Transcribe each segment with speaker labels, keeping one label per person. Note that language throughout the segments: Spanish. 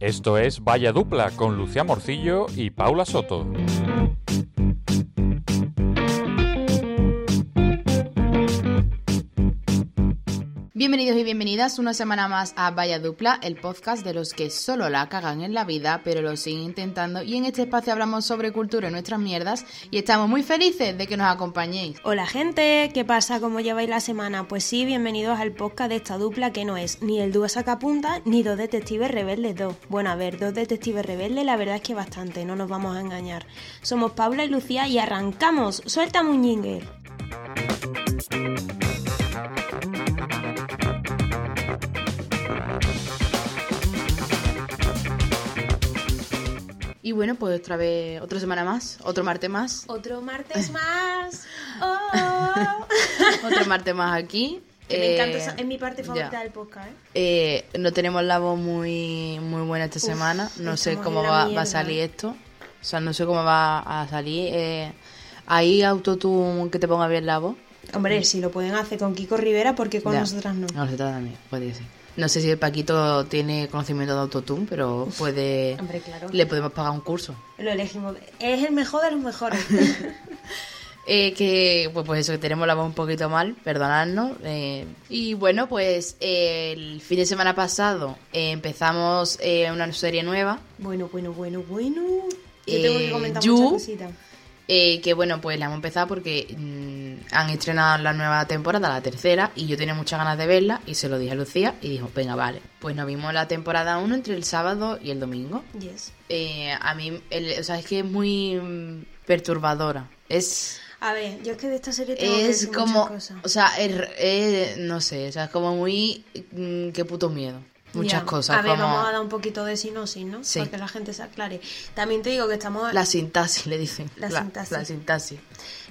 Speaker 1: Esto es Vaya Dupla con Lucía Morcillo y Paula Soto.
Speaker 2: Bienvenidos y bienvenidas una semana más a Vaya Dupla, el podcast de los que solo la cagan en la vida, pero lo siguen intentando. Y en este espacio hablamos sobre cultura y nuestras mierdas. Y estamos muy felices de que nos acompañéis.
Speaker 3: Hola gente, ¿qué pasa? ¿Cómo lleváis la semana? Pues sí, bienvenidos al podcast de esta dupla que no es ni el dúo sacapunta ni dos detectives rebeldes 2. Bueno, a ver, dos detectives rebeldes la verdad es que bastante, no nos vamos a engañar. Somos Paula y Lucía y arrancamos. Suelta un jingle.
Speaker 2: Y bueno, pues otra vez, otra semana más, otro martes más,
Speaker 3: Otro martes más. Oh.
Speaker 2: otro martes más aquí.
Speaker 3: Que me encanta,
Speaker 2: Eh,
Speaker 3: esa- es mi parte
Speaker 2: ya.
Speaker 3: favorita del podcast, ¿eh?
Speaker 2: Eh, no tenemos la voz muy, muy buena esta semana. No sé
Speaker 3: estamos
Speaker 2: cómo
Speaker 3: en la
Speaker 2: va, va a
Speaker 3: mierda.
Speaker 2: salir esto. O sea, no sé cómo va a salir. Eh, ahí autotune que te ponga bien la voz.
Speaker 3: Hombre, si lo pueden hacer con Kiko Rivera, porque con
Speaker 2: Ya.
Speaker 3: nosotras no?
Speaker 2: Nosotras también, puede ser. No sé si el Paquito tiene conocimiento de autotune, pero puede.
Speaker 3: Hombre, claro.
Speaker 2: Le podemos pagar un curso.
Speaker 3: Lo elegimos. Es el mejor de los mejores.
Speaker 2: Eh, que pues, pues eso, que tenemos la voz un poquito mal, perdonadnos. eh. y bueno, pues eh, el fin de semana pasado eh, empezamos eh, una serie nueva,
Speaker 3: bueno, bueno, bueno, bueno. Yo
Speaker 2: Eh,
Speaker 3: tengo que comentar
Speaker 2: Yu.
Speaker 3: muchas cositas.
Speaker 2: eh, que bueno, pues la hemos empezado porque mm, han estrenado la nueva temporada, la tercera, y yo tenía muchas ganas de verla y se lo dije a Lucía y dijo, venga, vale. Pues nos vimos la temporada 1 entre el sábado y el domingo.
Speaker 3: Yes.
Speaker 2: Eh, a mí, el- o sea, es que es muy mm, perturbadora. Es...
Speaker 3: A ver, yo es que de esta serie tengo que
Speaker 2: Es
Speaker 3: decir muchas
Speaker 2: como,
Speaker 3: cosas.
Speaker 2: o sea, es r- es- no sé, o sea, es como muy, mm, qué puto miedo. Muchas
Speaker 3: Ya.
Speaker 2: cosas,
Speaker 3: A ver,
Speaker 2: como
Speaker 3: vamos a dar un poquito de sinopsis, ¿no?
Speaker 2: Sí.
Speaker 3: Para que la gente se aclare. También te digo que estamos...
Speaker 2: la sintaxis, le dicen.
Speaker 3: La sintaxis.
Speaker 2: La sintaxis.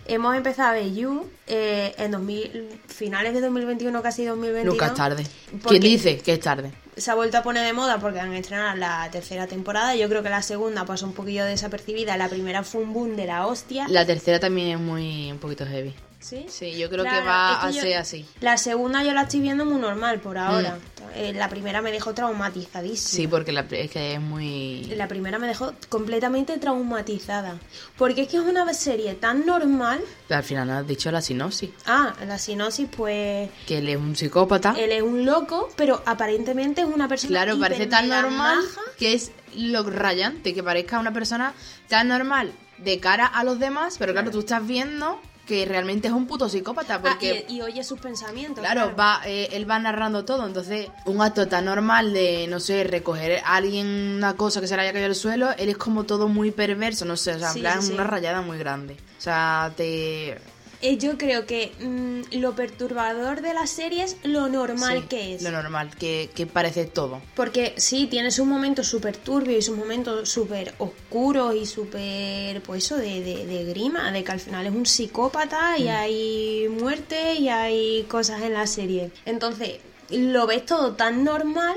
Speaker 3: Hemos empezado a ver You eh, en 2000, finales de 2021, casi 2022.
Speaker 2: Nunca es tarde.
Speaker 3: Porque-
Speaker 2: ¿Quién dice que es tarde?
Speaker 3: se ha vuelto a poner de moda porque han estrenado la tercera temporada. Yo creo que la segunda pasó un poquillo desapercibida. La primera fue un boom de la hostia.
Speaker 2: La tercera también es muy, un poquito heavy.
Speaker 3: ¿Sí?
Speaker 2: Sí, yo creo
Speaker 3: Claro,
Speaker 2: que va
Speaker 3: es que
Speaker 2: a
Speaker 3: yo-
Speaker 2: ser así.
Speaker 3: La segunda yo la estoy viendo muy normal por ahora.
Speaker 2: Mm.
Speaker 3: Eh, la primera me dejó
Speaker 2: Sí,
Speaker 3: traumatizadísima.
Speaker 2: porque la, es que es muy...
Speaker 3: La primera me dejó completamente traumatizada. Porque es que es una serie tan normal.
Speaker 2: Al final no has dicho la sinopsis.
Speaker 3: Ah, la sinopsis, pues.
Speaker 2: Que él es un psicópata.
Speaker 3: Él es un loco, pero aparentemente es una persona.
Speaker 2: Ah. Claro,
Speaker 3: hiper
Speaker 2: parece tan
Speaker 3: mega
Speaker 2: normal
Speaker 3: maja.
Speaker 2: que es lo rayante, que parezca una persona tan normal de cara a los demás, pero claro, tú estás viendo que realmente es un puto psicópata,
Speaker 3: Ah,
Speaker 2: porque,
Speaker 3: y, y oye sus pensamientos.
Speaker 2: claro, Va, eh, él va narrando todo, entonces un acto tan normal de, no sé, recoger a alguien una cosa que se le haya caído al suelo, él es como todo muy perverso, no sé, o sea, en
Speaker 3: Sí,
Speaker 2: plan,
Speaker 3: sí,
Speaker 2: una
Speaker 3: sí.
Speaker 2: rayada muy grande. O sea, te...
Speaker 3: Eh, yo creo que mm, lo perturbador de la serie es lo normal
Speaker 2: sí,
Speaker 3: que es.
Speaker 2: Lo normal, que, que parece todo.
Speaker 3: Porque sí, tiene sus momentos súper turbios y sus momentos súper oscuros y súper, pues eso, de, de- de grima, de que al final es un psicópata
Speaker 2: Mm.
Speaker 3: y hay muerte y hay cosas en la serie. Entonces, lo ves todo tan normal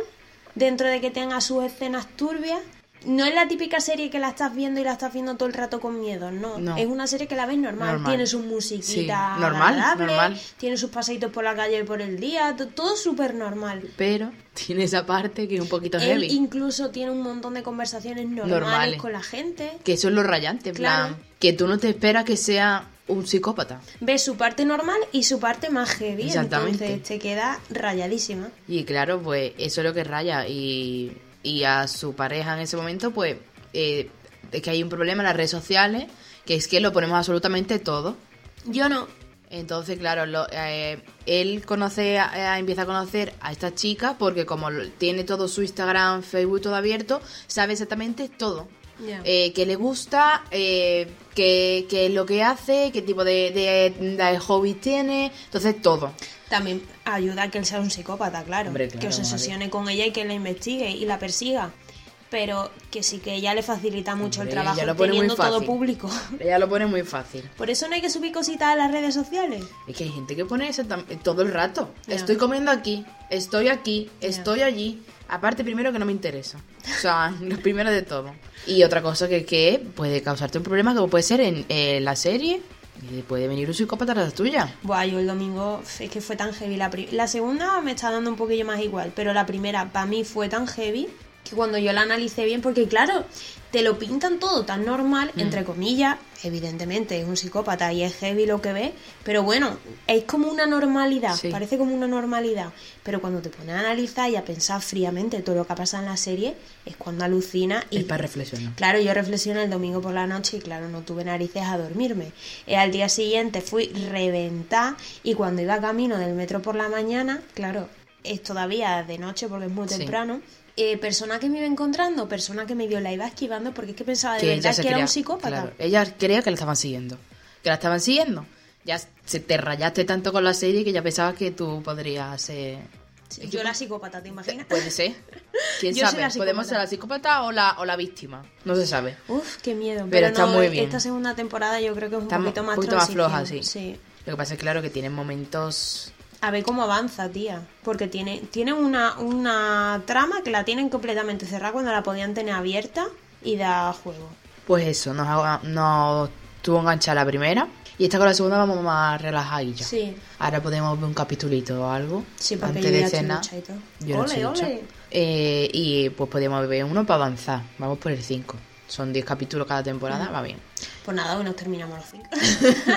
Speaker 3: dentro de que tenga sus escenas turbias. No es la típica serie que la estás viendo y la estás viendo todo el rato con miedo, no.
Speaker 2: No.
Speaker 3: Es una serie que la ves normal.
Speaker 2: Normal.
Speaker 3: Tiene sus musiquitas
Speaker 2: Sí, normal,
Speaker 3: agradables,
Speaker 2: normal.
Speaker 3: tiene sus paseitos por la calle y por el día, to- todo súper normal.
Speaker 2: Pero tiene esa parte que es un poquito
Speaker 3: Él
Speaker 2: heavy.
Speaker 3: incluso tiene un montón de conversaciones normales,
Speaker 2: Normales.
Speaker 3: con la gente.
Speaker 2: Que eso es lo rayante, en
Speaker 3: Claro.
Speaker 2: plan, que tú no te esperas que sea un psicópata.
Speaker 3: Ve su parte normal y su parte más heavy.
Speaker 2: Exactamente.
Speaker 3: Entonces te queda rayadísima.
Speaker 2: Y claro, pues eso es lo que raya. Y, y a su pareja en ese momento, pues eh, es que hay un problema en las redes sociales, que es que lo ponemos absolutamente todo.
Speaker 3: Yo no.
Speaker 2: Entonces, claro, lo- eh, él conoce, a- eh, empieza a conocer a esta chica porque como lo- tiene todo su Instagram, Facebook todo abierto, sabe exactamente todo.
Speaker 3: Ya.
Speaker 2: Eh, que le gusta, eh, que, que lo que hace, qué tipo de, de, de hobbies tiene, entonces todo.
Speaker 3: También ayuda a que él sea un psicópata, claro.
Speaker 2: Hombre, claro,
Speaker 3: que se
Speaker 2: madre.
Speaker 3: obsesione con ella y que la investigue y la persiga. Pero que sí que ella le facilita mucho
Speaker 2: Hombre,
Speaker 3: el trabajo
Speaker 2: ella lo pone muy
Speaker 3: teniendo todo
Speaker 2: fácil.
Speaker 3: público.
Speaker 2: Ella lo pone muy fácil.
Speaker 3: Por eso no hay que subir cositas a las redes sociales.
Speaker 2: Es que hay gente que pone eso tam- todo el rato.
Speaker 3: Ya.
Speaker 2: Estoy comiendo aquí, estoy aquí,
Speaker 3: Ya.
Speaker 2: estoy allí. Aparte, primero que no me interesa. O sea, lo primero de todo. Y otra cosa que, que puede causarte un problema, como puede ser en eh, la serie, Y puede venir un psicópata de las tuyas.
Speaker 3: Buah, yo el domingo f- es que fue tan heavy. La, pri- la segunda me está dando un poquillo más igual, pero la primera para mí fue tan heavy que cuando yo la analicé bien, porque claro, te lo pintan todo tan normal,
Speaker 2: Mm.
Speaker 3: entre comillas, evidentemente es un psicópata y es heavy lo que ve, pero bueno, es como una normalidad,
Speaker 2: Sí.
Speaker 3: parece como una normalidad, pero cuando te pones a analizar y a pensar fríamente todo lo que ha pasado en la serie, es cuando alucina y
Speaker 2: Es para reflexionar.
Speaker 3: Claro, yo reflexioné el domingo por la noche y claro, no tuve narices a dormirme. Eh, al día siguiente fui reventar y cuando iba camino del metro por la mañana, claro, es todavía de noche porque es muy
Speaker 2: Sí.
Speaker 3: temprano, eh, persona que me iba encontrando, persona que me vio la iba esquivando porque es que pensaba Ah, de
Speaker 2: Que ella
Speaker 3: verdad
Speaker 2: se
Speaker 3: que era
Speaker 2: crea-
Speaker 3: un psicópata.
Speaker 2: claro, ella creía que la estaban siguiendo. Que la estaban siguiendo. Ya se te rayaste tanto con la serie que ya pensabas que tú podrías ser.
Speaker 3: Sí, Yo la psicópata, ¿te imaginas?
Speaker 2: Puede ser. ¿Quién
Speaker 3: Yo soy
Speaker 2: sabe?
Speaker 3: la
Speaker 2: Podemos
Speaker 3: psicópata.
Speaker 2: ser la psicópata o la, o la víctima. No se sabe.
Speaker 3: Uf, qué miedo. Pero,
Speaker 2: está
Speaker 3: no,
Speaker 2: muy bien.
Speaker 3: Esta segunda temporada yo creo que es un
Speaker 2: Está
Speaker 3: poquito más
Speaker 2: poquito más
Speaker 3: transición,
Speaker 2: floja, sí.
Speaker 3: sí.
Speaker 2: Lo que pasa es claro que tienen momentos.
Speaker 3: A ver cómo avanza, tía. Porque tiene, tiene una, una trama que la tienen completamente cerrada cuando la podían tener abierta y da juego.
Speaker 2: Pues eso, nos, haga- nos tuvo enganchada la primera. Y esta con la segunda vamos más relajadilla.
Speaker 3: Sí.
Speaker 2: Ahora podemos ver un capitulito o algo.
Speaker 3: Sí, porque
Speaker 2: antes
Speaker 3: yo
Speaker 2: de
Speaker 3: ya estoy
Speaker 2: cena.
Speaker 3: ducha y todo.
Speaker 2: Yo no
Speaker 3: Ole,
Speaker 2: estoy ducha.
Speaker 3: ole.
Speaker 2: Eh, y pues podemos ver uno para avanzar. Vamos por el 5. Son 10 capítulos cada temporada, va bien.
Speaker 3: Pues nada, hoy nos terminamos los cinco.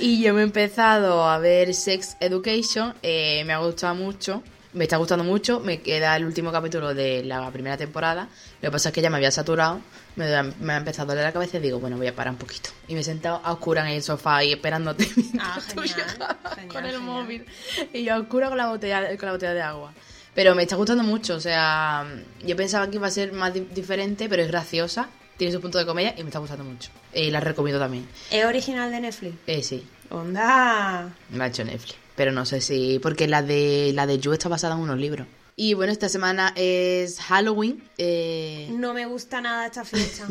Speaker 2: Y yo me he empezado a ver Sex Education, eh, me ha gustado mucho, me está gustando mucho, me queda el último capítulo de la primera temporada, lo que pasa es que ya me había saturado, me, da- me ha empezado a doler la cabeza y digo, bueno, voy a parar un poquito. Y me he sentado a oscura en el sofá y esperándote
Speaker 3: Ah,
Speaker 2: mientras tú
Speaker 3: genial,
Speaker 2: llegabas
Speaker 3: genial,
Speaker 2: con el
Speaker 3: genial.
Speaker 2: móvil y yo a oscura con la, botella, con la botella de agua. Pero me está gustando mucho, o sea, yo pensaba que iba a ser más di- diferente, pero es graciosa, tiene su punto de comedia y me está gustando mucho. Eh, la recomiendo también.
Speaker 3: ¿Es original de Netflix?
Speaker 2: Eh, sí,
Speaker 3: Onda.
Speaker 2: la ha hecho Netflix. Pero no sé si. Porque la de la de You está basada en unos libros. Y bueno, esta semana es Halloween. eh,
Speaker 3: No me gusta nada esta fiesta.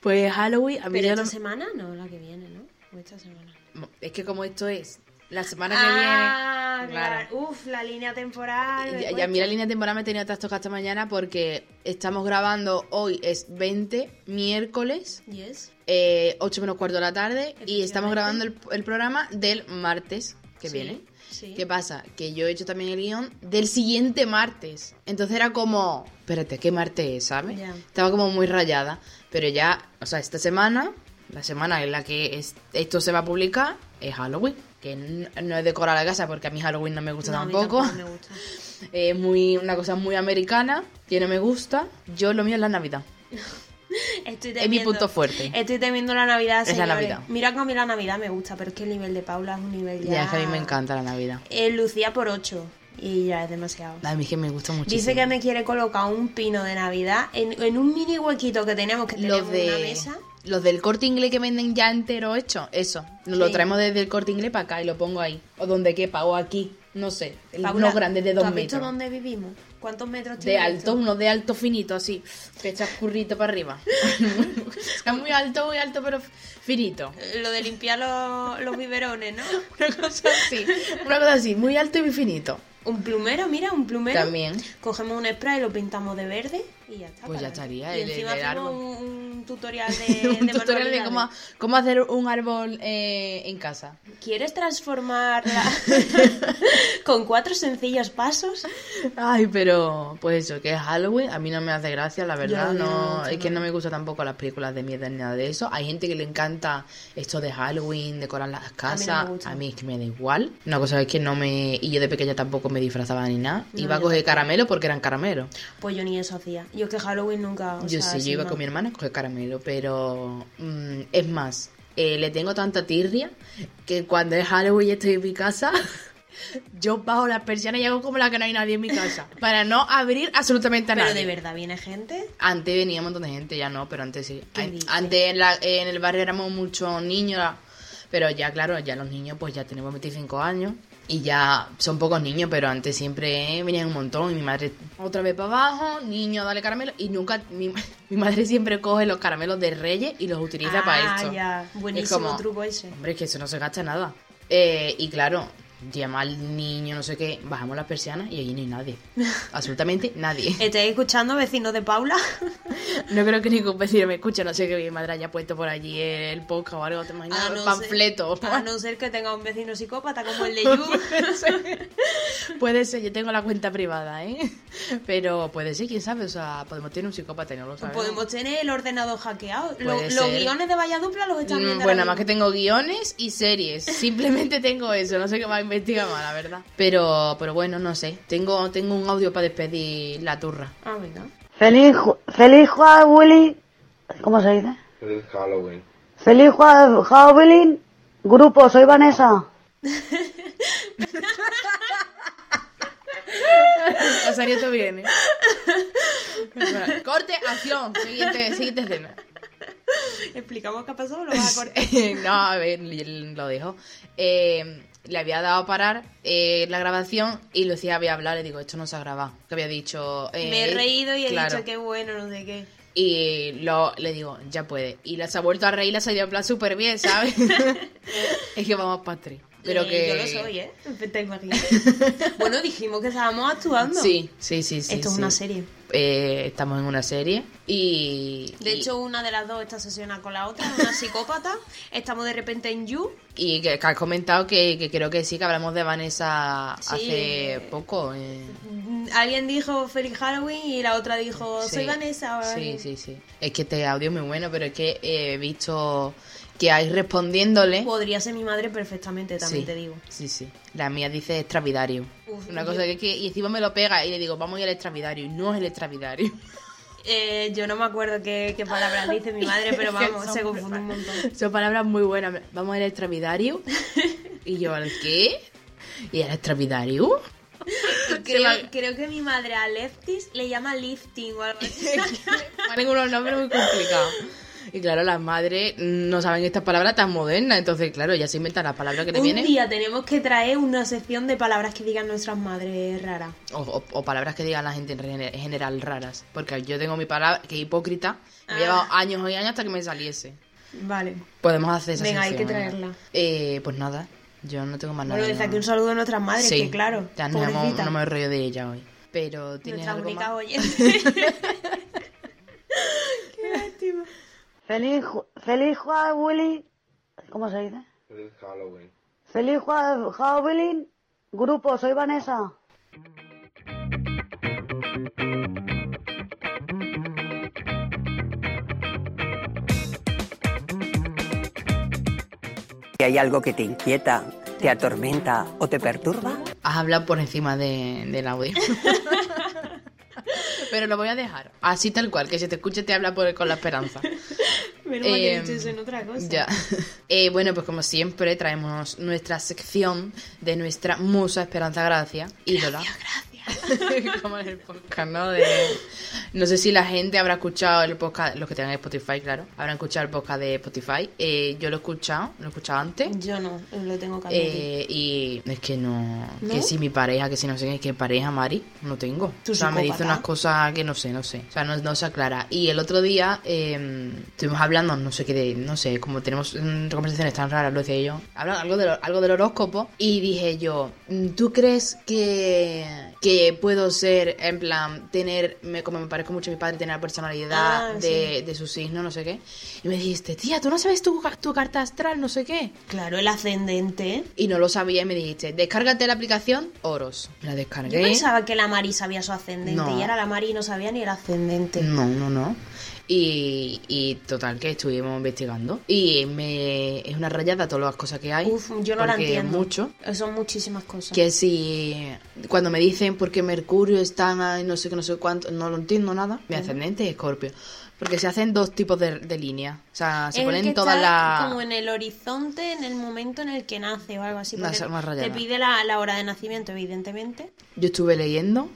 Speaker 2: pues Halloween, a mí
Speaker 3: Pero
Speaker 2: ya
Speaker 3: esta
Speaker 2: no-
Speaker 3: semana no, la que viene, ¿no? O esta semana.
Speaker 2: Es que como esto es la semana que
Speaker 3: Ah,
Speaker 2: viene.
Speaker 3: claro. Uf, la línea temporal. me
Speaker 2: Ya, ya,
Speaker 3: cuesta.
Speaker 2: a mí la línea temporal me tenía trastornada esta mañana porque estamos grabando hoy es 20, miércoles,
Speaker 3: Yes.
Speaker 2: eh, 8 menos cuarto de la tarde y estamos
Speaker 3: Efectivamente.
Speaker 2: grabando el, el programa del martes que
Speaker 3: Sí,
Speaker 2: viene.
Speaker 3: Sí.
Speaker 2: ¿Qué pasa? Que yo he hecho también el guión del siguiente martes. Entonces era como, espérate, ¿qué martes es, sabes?
Speaker 3: Ya.
Speaker 2: Estaba como muy rayada. Pero ya, o sea, esta semana, la semana en la que es- esto se va a publicar, es Halloween. Que n- no he decorado la casa porque a mí Halloween no me gusta
Speaker 3: No, a mí
Speaker 2: tampoco.
Speaker 3: tampoco me gusta.
Speaker 2: Es muy, una cosa muy americana, que no me gusta. Yo lo mío es la Navidad.
Speaker 3: Estoy
Speaker 2: Es mi
Speaker 3: temiendo-
Speaker 2: punto fuerte.
Speaker 3: Estoy temiendo la Navidad,
Speaker 2: Es la
Speaker 3: señores.
Speaker 2: Navidad.
Speaker 3: Mira que a mí la Navidad me gusta, pero es que el nivel de Paula es un nivel ya...
Speaker 2: Ya, es que a mí me encanta la Navidad.
Speaker 3: Eh, Lucía por 8 y ya es demasiado.
Speaker 2: A mí es que me gusta muchísimo.
Speaker 3: Dice que me quiere colocar un pino de Navidad en, en un mini huequito que tenemos, que tenemos
Speaker 2: los de
Speaker 3: una mesa.
Speaker 2: los del corte inglés que venden ya entero hecho, eso. Nos lo
Speaker 3: Sí.
Speaker 2: traemos desde el corte inglés para acá y lo pongo ahí. O donde quepa, o aquí, no sé.
Speaker 3: Paula,
Speaker 2: unos grandes de
Speaker 3: ¿tú
Speaker 2: dos
Speaker 3: has
Speaker 2: metros.
Speaker 3: visto dónde vivimos? ¿Cuántos metros
Speaker 2: De
Speaker 3: tiene
Speaker 2: alto,
Speaker 3: esto?
Speaker 2: uno de alto finito, así. Que echa currito para arriba. es muy alto, muy alto, pero finito.
Speaker 3: Eh, Lo de limpiar los, los biberones, ¿no?
Speaker 2: Una cosa así. Una cosa así, muy alto y muy finito.
Speaker 3: Un plumero, mira, un plumero.
Speaker 2: También.
Speaker 3: Cogemos un spray, lo pintamos de verde y ya está.
Speaker 2: Pues ya
Speaker 3: para.
Speaker 2: estaría,
Speaker 3: Y
Speaker 2: el-
Speaker 3: encima
Speaker 2: el
Speaker 3: hacemos
Speaker 2: árbol.
Speaker 3: un, un tutorial eh, de,
Speaker 2: un
Speaker 3: de
Speaker 2: tutorial de
Speaker 3: manualidades.
Speaker 2: cómo, cómo hacer un árbol eh, en casa.
Speaker 3: ¿Quieres transformarla con cuatro sencillos pasos?
Speaker 2: Ay, pero pues eso, que es Halloween, a mí no me hace gracia, la verdad,
Speaker 3: a mí no me
Speaker 2: no,
Speaker 3: gusta
Speaker 2: es que no me gusta tampoco las películas de miedo ni nada de eso. Hay gente que le encanta esto de Halloween, decorar las casas, a mí,
Speaker 3: gusta.
Speaker 2: es que me da igual. Una cosa es que no me, y yo de pequeña tampoco me disfrazaba ni nada,
Speaker 3: No,
Speaker 2: iba a
Speaker 3: yo
Speaker 2: coger caramelo porque eran caramelos.
Speaker 3: Pues yo ni eso hacía. Yo es que Halloween nunca. o
Speaker 2: Yo
Speaker 3: sea,
Speaker 2: sí, yo
Speaker 3: sin
Speaker 2: iba
Speaker 3: más.
Speaker 2: con mi hermana a coger caramelo, pero mm, es más, eh, le tengo tanta tirria que cuando es Halloween y estoy en mi casa, yo bajo las persianas y hago como la que no hay nadie en mi casa, para no abrir absolutamente a
Speaker 3: Pero
Speaker 2: nadie.
Speaker 3: de verdad viene gente.
Speaker 2: Antes venía un montón de gente, ya no, pero antes sí.
Speaker 3: ¿Qué
Speaker 2: An-
Speaker 3: dices?
Speaker 2: Antes en, la- en el barrio éramos muchos niños, la- pero ya claro, ya los niños pues ya tenemos 25 años y ya son pocos niños, pero antes siempre eh, venían un montón y mi madre otra vez para abajo, niño, dale caramelo y nunca, mi, mi madre siempre coge los caramelos de reyes y los utiliza
Speaker 3: ah,
Speaker 2: para esto.
Speaker 3: ya.
Speaker 2: Es
Speaker 3: Buenísimo
Speaker 2: como,
Speaker 3: truco ese.
Speaker 2: Hombre, es que eso no se gasta nada. Eh, y claro, llama al niño, no sé qué, bajamos las persianas y allí no hay nadie. Absolutamente nadie.
Speaker 3: ¿Estáis escuchando, vecinos de Paula?
Speaker 2: No creo que ningún vecino me escuche, no sé qué mi madre haya puesto por allí el podcast o algo, te imaginas,
Speaker 3: Ah, no
Speaker 2: el
Speaker 3: ser-
Speaker 2: panfleto.
Speaker 3: a no ser que tenga un vecino psicópata como el de Yu.
Speaker 2: Puede ser, yo tengo la cuenta privada, ¿eh? Pero puede ser, quién sabe, o sea, podemos tener un psicópata y no lo sabemos.
Speaker 3: Podemos tener el ordenador hackeado. Lo-
Speaker 2: Puede
Speaker 3: los
Speaker 2: ser.
Speaker 3: guiones de Valladupla los están viendo.
Speaker 2: Mm, Bueno,
Speaker 3: ahora
Speaker 2: más que
Speaker 3: mismo.
Speaker 2: tengo guiones y series. Simplemente tengo eso. No sé qué más investiga más, la verdad. Pero, pero bueno, no sé. Tengo, tengo un audio para despedir la turra.
Speaker 3: Ah, venga.
Speaker 4: Feliz, ju- feliz Halloween. ¿Cómo se dice?
Speaker 5: Feliz Halloween.
Speaker 4: Feliz Jua- Halloween. Grupo, soy Vanessa.
Speaker 2: La serie te viene. Corte, acción. Siguiente, siguiente escena.
Speaker 3: Explicamos qué ha pasado, lo vas a cortar.
Speaker 2: no, a ver, lo dejo. Eh, le había dado a parar eh, la grabación y Lucía había hablado. Le digo, esto no se ha grabado. Que había dicho. eh,
Speaker 3: Me he reído y he
Speaker 2: claro.
Speaker 3: dicho qué bueno, no sé qué.
Speaker 2: Y lo, le digo, ya puede. Y las ha vuelto a reír y la ha salido en plan súper bien, ¿sabes? es que vamos para tres. Pero
Speaker 3: Eh,
Speaker 2: que...
Speaker 3: Yo lo soy, ¿eh? Te imaginas. bueno, dijimos que estábamos actuando.
Speaker 2: Sí, sí, sí, sí.
Speaker 3: Esto es
Speaker 2: sí.
Speaker 3: una serie.
Speaker 2: Eh, estamos en una serie y...
Speaker 3: De
Speaker 2: y-
Speaker 3: hecho, una de las dos está obsesionada con la otra, una psicópata. Estamos de repente en You.
Speaker 2: Y que, que has comentado que, que creo que sí, que hablamos de Vanessa
Speaker 3: Sí.
Speaker 2: hace poco. eh.
Speaker 3: Mm, Alguien dijo Feliz Halloween y la otra dijo Soy
Speaker 2: Sí.
Speaker 3: Vanessa.
Speaker 2: Sí, sí, sí. Es que este audio es muy bueno, pero es que eh, he visto que hay respondiéndole...
Speaker 3: Podría ser mi madre perfectamente, también
Speaker 2: Sí,
Speaker 3: te digo.
Speaker 2: Sí, sí. La mía dice extravidario.
Speaker 3: Uf,
Speaker 2: Una
Speaker 3: yo-
Speaker 2: cosa que, que- y encima me lo pega y le digo, vamos a ir al extravidario. Y no es el extravidario.
Speaker 3: Eh, yo no me acuerdo qué, qué palabras dice mi madre, pero vamos, se confunde un montón.
Speaker 2: Son palabras muy buenas. Vamos a ir al extravidario. y yo, ¿al qué? ¿Y al extravidario?
Speaker 3: Creo, creo que mi madre a Leftis le llama lifting o algo así.
Speaker 2: Ponen unos nombres muy complicados. Y claro, las madres no saben estas palabras tan modernas. Entonces, claro, ya se inventan las palabras que le
Speaker 3: Un
Speaker 2: vienen.
Speaker 3: día tenemos que traer una sección de palabras que digan nuestras madres raras.
Speaker 2: O, o- o palabras que digan la gente en gener- en general raras. Porque yo tengo mi palabra, que hipócrita, me
Speaker 3: Ah.
Speaker 2: he llevado años y años hasta que me saliese.
Speaker 3: Vale.
Speaker 2: Podemos hacer esa
Speaker 3: Venga, hay
Speaker 2: sección,
Speaker 3: que
Speaker 2: venga.
Speaker 3: traerla.
Speaker 2: Eh, pues nada, yo no tengo más nada.
Speaker 3: bueno, desde aquí un saludo a nuestras madres,
Speaker 2: Sí,
Speaker 3: que claro.
Speaker 2: Ya no, hemos-
Speaker 3: pobrecitas.
Speaker 2: no me rollo de ella hoy. Pero tienes
Speaker 3: Nuestra
Speaker 2: algo
Speaker 3: única
Speaker 2: más?
Speaker 3: oyente.
Speaker 4: Feliz, ju- feliz Halloween. ¿Cómo se dice?
Speaker 5: Feliz Halloween.
Speaker 4: Feliz Jua- Halloween. Grupo, soy Vanessa.
Speaker 6: Si hay algo que te inquieta, te atormenta o te perturba,
Speaker 2: Has hablado por encima de, del audio. Pero lo voy a dejar. Así tal cual, que si te escucha te habla por- con la esperanza.
Speaker 3: Menos mal que he
Speaker 2: Em,
Speaker 3: dicho eso en otra cosa.
Speaker 2: Ya. Eh, bueno, pues como siempre, traemos nuestra sección de nuestra musa Esperanza Gracia, ídola. como en el podcast, ¿no? De- No sé si la gente habrá escuchado el podcast, los que tengan Spotify, claro, habrán escuchado el podcast de Spotify. Eh, yo lo he escuchado, lo he escuchado antes.
Speaker 3: Yo no, lo tengo que admitir.
Speaker 2: Eh, y es que no,
Speaker 3: ¿No?
Speaker 2: Que si mi pareja, que si no sé qué, que pareja, Mari, no tengo.
Speaker 3: ¿Tu
Speaker 2: o sea, me dice
Speaker 3: psicópata?
Speaker 2: unas cosas que no sé, no sé. O sea, no, no se aclara. Y el otro día eh, estuvimos hablando, no sé qué, de, no sé, como tenemos mm, conversaciones tan raras, lo decía yo. Hablan algo, de, algo del horóscopo. Y dije yo, mm, ¿tú crees que, que puedo ser, en plan, tener, me- como me parezco mucho a mi padre, tener la personalidad
Speaker 3: Ah,
Speaker 2: de, de su signo, no sé qué? Y me dijiste, tía, tú no sabes tu, ca- tu carta astral, no sé qué.
Speaker 3: Claro, el ascendente.
Speaker 2: Y no lo sabía y me dijiste, descárgate la aplicación Oros. Me la
Speaker 3: Yo
Speaker 2: descargué.
Speaker 3: pensaba que la Mari sabía su ascendente
Speaker 2: No.
Speaker 3: y ahora la Mari no sabía ni el ascendente.
Speaker 2: No, no, no. Y, y total, que estuvimos investigando. Y me, es una rayada todas las cosas que hay.
Speaker 3: Uf, yo no la
Speaker 2: porque
Speaker 3: entiendo.
Speaker 2: mucho.
Speaker 3: Son muchísimas cosas.
Speaker 2: Que si cuando me dicen por qué Mercurio está en no sé qué, no sé cuánto, no lo entiendo nada. Mi ascendente es Escorpio. Porque se hacen dos tipos de, de líneas. O sea, se
Speaker 3: Es el que
Speaker 2: ponen
Speaker 3: está
Speaker 2: todas las...
Speaker 3: Como en el horizonte, en el momento en el que nace o algo así.
Speaker 2: Una
Speaker 3: porque
Speaker 2: ser más rayada.
Speaker 3: te pide la, la hora de nacimiento, evidentemente.
Speaker 2: Yo estuve leyendo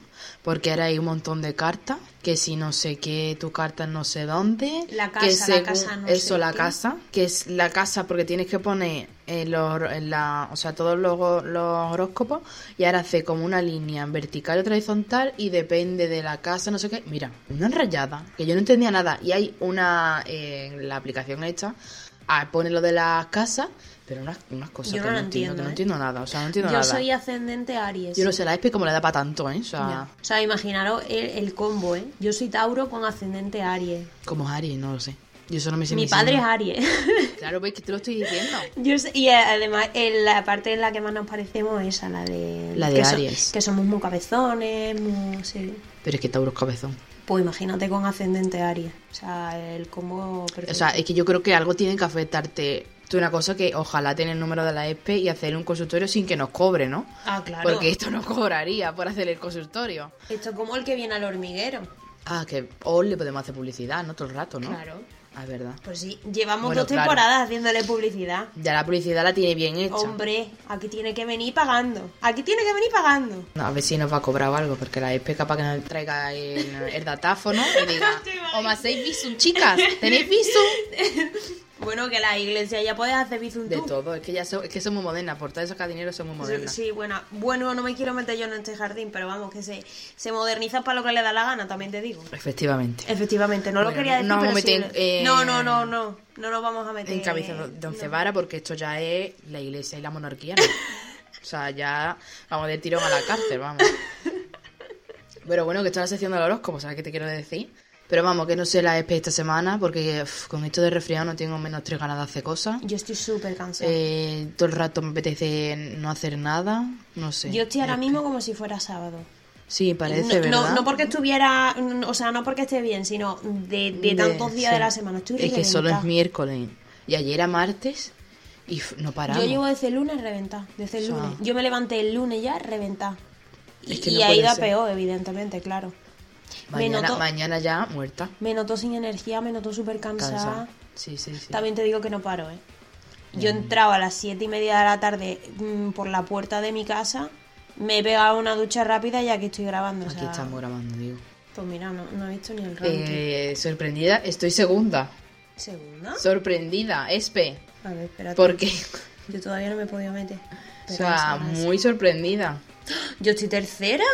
Speaker 2: porque ahora hay un montón de cartas, que si no sé qué, tu carta no sé dónde,
Speaker 3: La casa,
Speaker 2: que
Speaker 3: la casa no
Speaker 2: eso
Speaker 3: sé
Speaker 2: la
Speaker 3: qué.
Speaker 2: casa, que es la casa porque tienes que poner en los, en la, o sea, todos los, los horóscopos y ahora hace como una línea en vertical y otra horizontal y depende de la casa, no sé qué. Mira, una rayada, que yo no entendía eh, nada y hay una en la aplicación hecha, ah, pone lo de las casas Pero unas, unas cosas
Speaker 3: Yo
Speaker 2: que
Speaker 3: no
Speaker 2: no
Speaker 3: la
Speaker 2: entiendo, que
Speaker 3: entiendo,
Speaker 2: no
Speaker 3: ¿eh?
Speaker 2: entiendo nada, o sea, no entiendo
Speaker 3: Yo
Speaker 2: nada.
Speaker 3: soy ascendente Aries.
Speaker 2: Yo no sé, la ESPI como le da para tanto, ¿eh? O sea,
Speaker 3: Ya. O sea, imaginaros el, el combo, ¿eh? Yo soy Tauro con ascendente Aries.
Speaker 2: como Aries, no lo sé. Yo solo me sé
Speaker 3: Mi
Speaker 2: mis
Speaker 3: padre es
Speaker 2: signos.
Speaker 3: Aries.
Speaker 2: Claro, veis que te lo estoy diciendo.
Speaker 3: Yo sé- y eh, además en la parte en la que más nos parecemos es a la de...
Speaker 2: La de
Speaker 3: que so-
Speaker 2: Aries.
Speaker 3: que somos muy cabezones, muy... sí.
Speaker 2: Pero es que Tauro es cabezón.
Speaker 3: Pues imagínate con ascendente Aries. O sea, el combo perfecto.
Speaker 2: O sea, es que yo creo que algo tiene que afectarte. Tú una cosa que ojalá tener el número de la ESPE y hacer un consultorio sin que nos cobre, ¿no?
Speaker 3: ah, claro.
Speaker 2: Porque esto no cobraría por hacer el consultorio.
Speaker 3: Esto es como el que viene al hormiguero.
Speaker 2: Ah, que o le podemos hacer publicidad, ¿no? Todo el rato, ¿no?
Speaker 3: Claro.
Speaker 2: Ah, es verdad.
Speaker 3: Pues sí, llevamos
Speaker 2: Bueno,
Speaker 3: dos
Speaker 2: claro.
Speaker 3: temporadas haciéndole publicidad.
Speaker 2: Ya la publicidad la tiene bien hecha.
Speaker 3: Hombre, aquí tiene que venir pagando. Aquí tiene que venir pagando.
Speaker 2: No, a ver si nos va a cobrar o algo, porque la ESPE capaz que nos traiga el, el datáfono y diga, o me hacéis visum, chicas, ¿tenéis visum?
Speaker 3: Bueno, que la iglesia ya puedes hacer bizum
Speaker 2: De
Speaker 3: tú.
Speaker 2: todo, es que ya so- es que somos modernas, por todo eso cada dinero somos modernas.
Speaker 3: Sí, bueno, bueno, no me quiero meter yo en este jardín, pero vamos, que se, se moderniza para lo que le da la gana, también te digo.
Speaker 2: Efectivamente.
Speaker 3: Efectivamente, no lo
Speaker 2: Bueno,
Speaker 3: quería decir,
Speaker 2: no
Speaker 3: pero
Speaker 2: vamos a
Speaker 3: sí
Speaker 2: meter,
Speaker 3: lo-
Speaker 2: eh,
Speaker 3: No, no, no, no, no nos vamos a meter.
Speaker 2: en cabeza de once varas porque esto ya es la iglesia y la monarquía. ¿no? o sea, ya vamos de tirón a la cárcel, vamos. Pero bueno, que esto es la sección del horóscopo, ¿sabes qué te quiero decir? Pero vamos, que no sé la ESPE esta semana porque uf, con esto de resfriado no tengo menos tres ganas de hacer cosas.
Speaker 3: Yo estoy súper cansada.
Speaker 2: Eh, todo el rato me apetece no hacer nada, no sé.
Speaker 3: yo estoy ahora mismo como si fuera sábado.
Speaker 2: Sí, parece,
Speaker 3: no, no-
Speaker 2: ¿verdad?
Speaker 3: no porque estuviera, n- o sea, no porque esté bien, sino de, de tantos días
Speaker 2: sí.
Speaker 3: de la semana. Estoy
Speaker 2: Es que solo es
Speaker 3: reventada.
Speaker 2: miércoles. Y ayer era martes y f- no paramos.
Speaker 3: Yo llevo desde el lunes reventada, desde el
Speaker 2: O sea.
Speaker 3: lunes. Yo me levanté el lunes ya reventada. Y,
Speaker 2: Es que
Speaker 3: y
Speaker 2: no
Speaker 3: ha
Speaker 2: puede
Speaker 3: ido a
Speaker 2: ser.
Speaker 3: peor, evidentemente, claro.
Speaker 2: mañana,
Speaker 3: me noto,
Speaker 2: mañana ya muerta.
Speaker 3: me noto sin energía, me noto súper cansada.
Speaker 2: Cansada. Sí, sí, Mm. sí.
Speaker 3: También te digo que no paro, ¿eh? Yo entraba a las siete y media de la tarde mm, por la puerta de mi casa, me he pegado una ducha rápida y aquí estoy grabando. o
Speaker 2: Aquí
Speaker 3: sea,
Speaker 2: estamos grabando, digo.
Speaker 3: Pues mira, no, no he visto ni el ranking.
Speaker 2: Eh, sorprendida, estoy segunda.
Speaker 3: ¿Segunda?
Speaker 2: Sorprendida, Espe.
Speaker 3: A ver, Ah. espérate.
Speaker 2: Porque,
Speaker 3: Yo todavía no me he podido meter.
Speaker 2: o sea,
Speaker 3: Esperanza,
Speaker 2: muy sorprendida.
Speaker 3: Yo estoy tercera.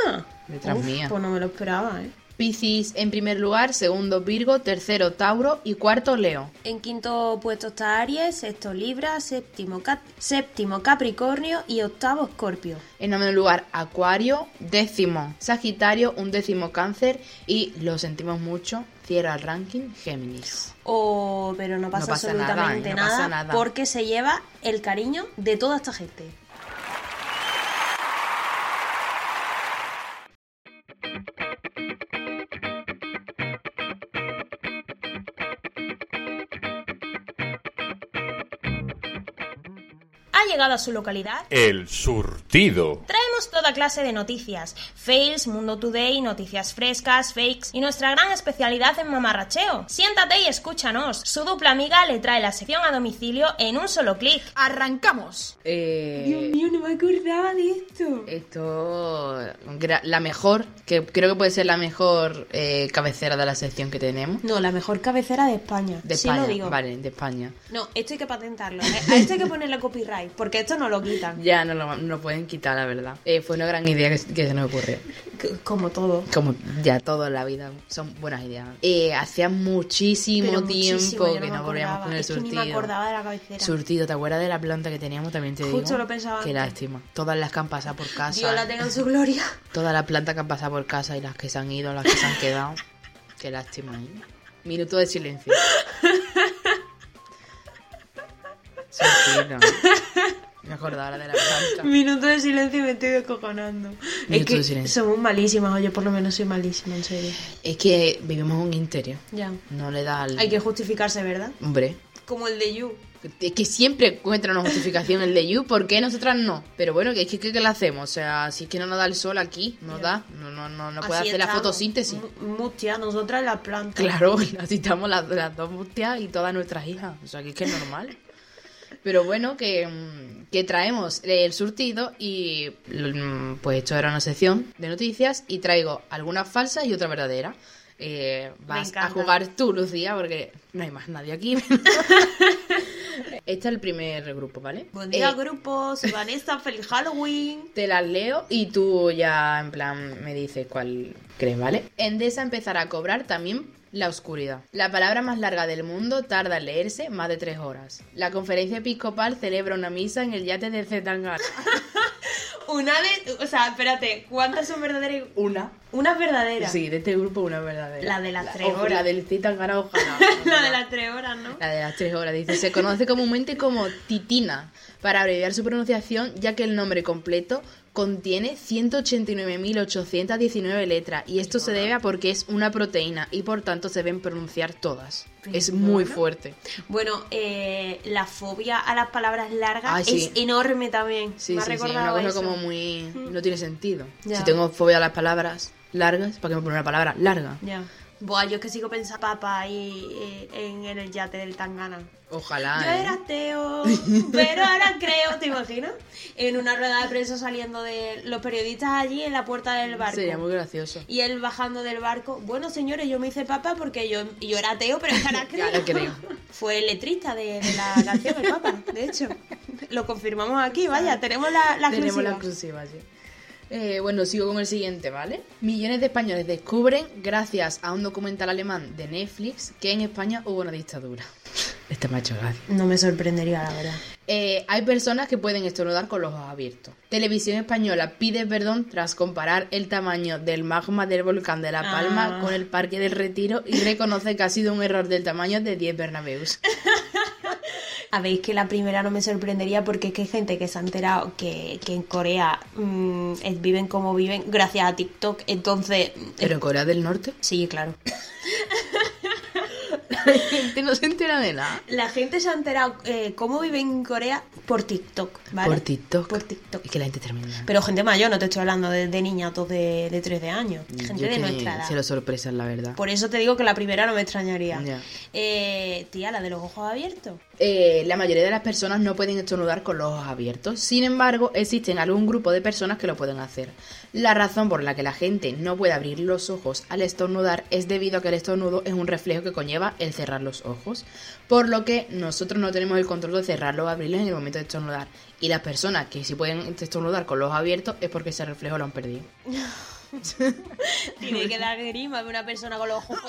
Speaker 2: Detrás
Speaker 3: Uf,
Speaker 2: mía.
Speaker 3: Pues no me lo esperaba, ¿eh?
Speaker 2: Piscis en primer lugar, segundo Virgo, tercero Tauro y cuarto Leo.
Speaker 3: En quinto puesto está Aries, sexto Libra, séptimo, Cap- séptimo Capricornio y octavo Escorpio.
Speaker 2: En noveno lugar, Acuario, décimo Sagitario, undécimo Cáncer y, lo sentimos mucho, cierra el ranking Géminis.
Speaker 3: O, pero no pasa,
Speaker 2: No pasa nada,
Speaker 3: absolutamente
Speaker 2: ¿eh? No
Speaker 3: nada,
Speaker 2: pasa nada.
Speaker 3: porque se lleva el cariño de toda esta gente. Ha llegado a su localidad
Speaker 1: El surtido.
Speaker 3: Traemos toda clase de noticias, fails, Mundo Today, noticias frescas, fakes y nuestra gran especialidad en mamarracheo. Siéntate y escúchanos. Su dupla amiga le trae la sección a domicilio en un solo clic.
Speaker 2: ¡Arrancamos! Eh,
Speaker 3: Eh, no me acordaba de esto.
Speaker 2: Esto, gra- la mejor, que creo que puede ser la mejor eh, cabecera de la sección que tenemos.
Speaker 3: No, la mejor cabecera de España.
Speaker 2: De
Speaker 3: sí
Speaker 2: España,
Speaker 3: lo digo.
Speaker 2: vale, de España.
Speaker 3: No, esto hay que patentarlo. ¿eh? A esto hay que ponerle copyright, porque esto no lo quitan.
Speaker 2: Ya no lo, no lo pueden quitar, la verdad. Eh, fue una gran idea que, que se nos ocurrió.
Speaker 3: C- Como todo.
Speaker 2: Como ya todo en la vida son buenas ideas. Eh, hacía muchísimo
Speaker 3: Pero
Speaker 2: tiempo
Speaker 3: muchísimo, yo
Speaker 2: que
Speaker 3: me
Speaker 2: no volvíamos
Speaker 3: acordaba.
Speaker 2: con el
Speaker 3: Es que
Speaker 2: surtido.
Speaker 3: Ni me acordaba de la cabecera.
Speaker 2: Surtido, ¿te acuerdas de la planta que teníamos? También te
Speaker 3: Justo
Speaker 2: digo.
Speaker 3: lo pensaba
Speaker 2: Qué
Speaker 3: antes.
Speaker 2: lástima. Todas las que han pasado por casa.
Speaker 3: Dios la tenga en su gloria.
Speaker 2: Todas las plantas que han pasado por casa y las que se han ido, las que se han quedado. Qué lástima, ¿eh? Minuto de silencio. Surtido. Me acordaba ahora de la planta.
Speaker 3: Minuto de silencio y me estoy descojonando. es
Speaker 2: Minuto
Speaker 3: que
Speaker 2: de silencio.
Speaker 3: somos malísimas, oye, por lo menos soy malísima, en serio.
Speaker 2: Es que vivimos en un interior.
Speaker 3: Ya.
Speaker 2: No le da al...
Speaker 3: Hay que justificarse, ¿verdad?
Speaker 2: Hombre,
Speaker 3: Como el de You.
Speaker 2: Es que siempre encuentra una justificación el de You, ¿por qué nosotras no? Pero bueno, que es que ¿qué, qué le hacemos? O sea, si es que no nos da el sol aquí, no da, no, no, no, no puede
Speaker 3: Así
Speaker 2: hacer la
Speaker 3: estamos.
Speaker 2: fotosíntesis.
Speaker 3: Mu- Mustia, nosotras las plantas.
Speaker 2: Claro, así estamos las, las dos mustias y todas nuestras hijas. O sea, que es que es normal. Pero bueno, que, mm, que traemos el surtido y mm, pues esto era una sección de noticias y traigo algunas falsas y otra verdadera. Eh, vas a
Speaker 3: encanta.
Speaker 2: jugar tú, Lucía, porque no hay más nadie aquí. este es el primer grupo, ¿vale?
Speaker 3: Buen día,
Speaker 2: Eh,
Speaker 3: grupo. Soy Vanessa. Feliz Halloween.
Speaker 2: te las leo y tú ya en plan me dices cuál crees, ¿vale? Endesa empezará a cobrar también La oscuridad. La palabra más larga del mundo tarda en leerse más de tres horas. La conferencia episcopal celebra una misa en el yate de Zetangana.
Speaker 3: Una de. O sea, espérate, ¿cuántas son verdaderas? y-
Speaker 2: Una.
Speaker 3: Una es verdadera.
Speaker 2: Sí, de este grupo una verdadera.
Speaker 3: La de las tres
Speaker 2: o- La
Speaker 3: horas.
Speaker 2: del Zetangana, ojalá.
Speaker 3: La de las tres horas, ¿no?
Speaker 2: La de las tres horas, dice. Se conoce comúnmente como titina, para abreviar su pronunciación, ya que el nombre completo contiene 189.819 letras. Y esto se debe a porque es una proteína y por tanto se deben pronunciar todas. Es muy fuerte.
Speaker 3: Bueno, eh, la fobia a las palabras largas
Speaker 2: Ay, sí.
Speaker 3: es enorme también.
Speaker 2: Sí,
Speaker 3: Me ha
Speaker 2: sí, sí, una
Speaker 3: recordado
Speaker 2: cosa
Speaker 3: eso. Mm.
Speaker 2: como muy... No tiene sentido.
Speaker 3: Ya.
Speaker 2: Si tengo fobia a las palabras largas, ¿para qué me poner una palabra larga?
Speaker 3: Ya. Buah, yo es que sigo pensando papá y, en, en el yate del Tangana.
Speaker 2: Ojalá.
Speaker 3: Yo
Speaker 2: ¿eh?
Speaker 3: era ateo, pero ahora creo, ¿te imaginas? En una rueda de prensa saliendo de los periodistas allí en la puerta del barco.
Speaker 2: Sería muy gracioso.
Speaker 3: Y él bajando del barco, bueno señores, yo me hice papa porque yo, yo era ateo, pero es que ahora creo.
Speaker 2: ahora creo.
Speaker 3: Fue el letrista de, de la canción El Papa, de hecho. Lo confirmamos aquí, vaya, tenemos la, la
Speaker 2: Tenemos la
Speaker 3: exclusiva.
Speaker 2: exclusiva, sí. Eh, bueno, sigo con el siguiente, ¿vale? Millones de españoles descubren, gracias a un documental alemán de Netflix, que en España hubo una dictadura. Este macho gracias.
Speaker 3: No me sorprendería, la verdad.
Speaker 2: Eh, hay personas que pueden estornudar con los ojos abiertos. Televisión Española pide perdón tras comparar el tamaño del magma del volcán de La Palma
Speaker 3: Ah.
Speaker 2: con el Parque del Retiro y reconoce que ha sido un error del tamaño de 10 Bernabeus.
Speaker 3: A ver, es que la primera no me sorprendería porque es que hay gente que se ha enterado que, que en Corea mm, es- viven como viven gracias a TikTok. Entonces, mm,
Speaker 2: ¿Pero en Corea del Norte?
Speaker 3: sí, claro.
Speaker 2: La gente no se entera de nada.
Speaker 3: La gente se ha enterado eh, cómo viven en Corea por TikTok, ¿vale?
Speaker 2: Por TikTok.
Speaker 3: Por TikTok.
Speaker 2: Es que la gente termina.
Speaker 3: Pero gente mayor, no te estoy hablando de, de niñatos de, de 13 años. Gente
Speaker 2: Yo
Speaker 3: de
Speaker 2: que
Speaker 3: nuestra edad.
Speaker 2: Cero sorpresas, la verdad.
Speaker 3: Por eso te digo que la primera no me extrañaría.
Speaker 2: Ya.
Speaker 3: Eh, tía, la de los ojos abiertos.
Speaker 2: Eh, la mayoría de las personas no pueden estornudar con los ojos abiertos. Sin embargo, existen algún grupo de personas que lo pueden hacer. La razón por la que la gente no puede abrir los ojos al estornudar es debido a que el estornudo es un reflejo que conlleva el cerrar los ojos, por lo que nosotros no tenemos el control de cerrarlos o abrirlos en el momento de estornudar. Y las personas que sí pueden estornudar con los ojos abiertos es porque ese reflejo lo han perdido.
Speaker 3: Tiene que dar grima de una persona con los ojos.